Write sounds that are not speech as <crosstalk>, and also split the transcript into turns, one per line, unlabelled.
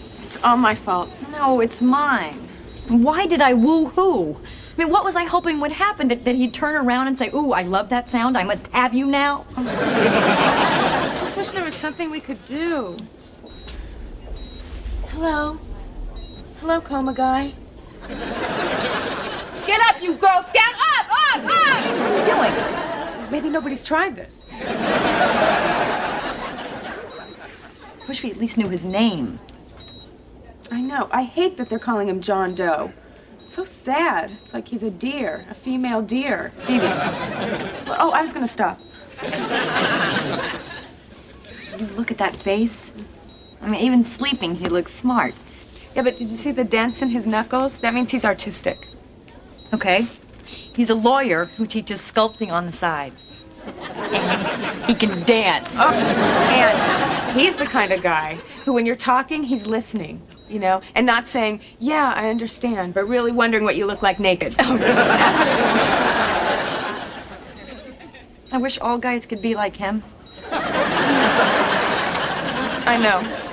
It's all my fault.
No, it's mine. Why did I woo-hoo? I mean, what was I hoping would happen? That, that he'd turn around and say, ooh, I love that sound, I must have you now?
I just wish there was something we could do. Hello? Hello, coma guy.
Get up, you Girl Scout! Up, up, up!
What are you doing?
Maybe nobody's tried this.
Wish we at least knew his name.
I know. I hate that they're calling him John Doe. So sad. It's like he's a deer, a female deer.
Phoebe,
Oh, I was gonna stop.
would you look at that face? I mean, even sleeping, he looks smart.
Yeah, but did you see the dents in his knuckles? That means he's artistic.
Okay? He's a lawyer who teaches sculpting on the side. <laughs> he can dance.
Oh, and he's the kind of guy who, when you're talking, he's listening, you know, and not saying, yeah, I understand, but really wondering what you look like naked. <laughs>
I wish all guys could be like him.
I know.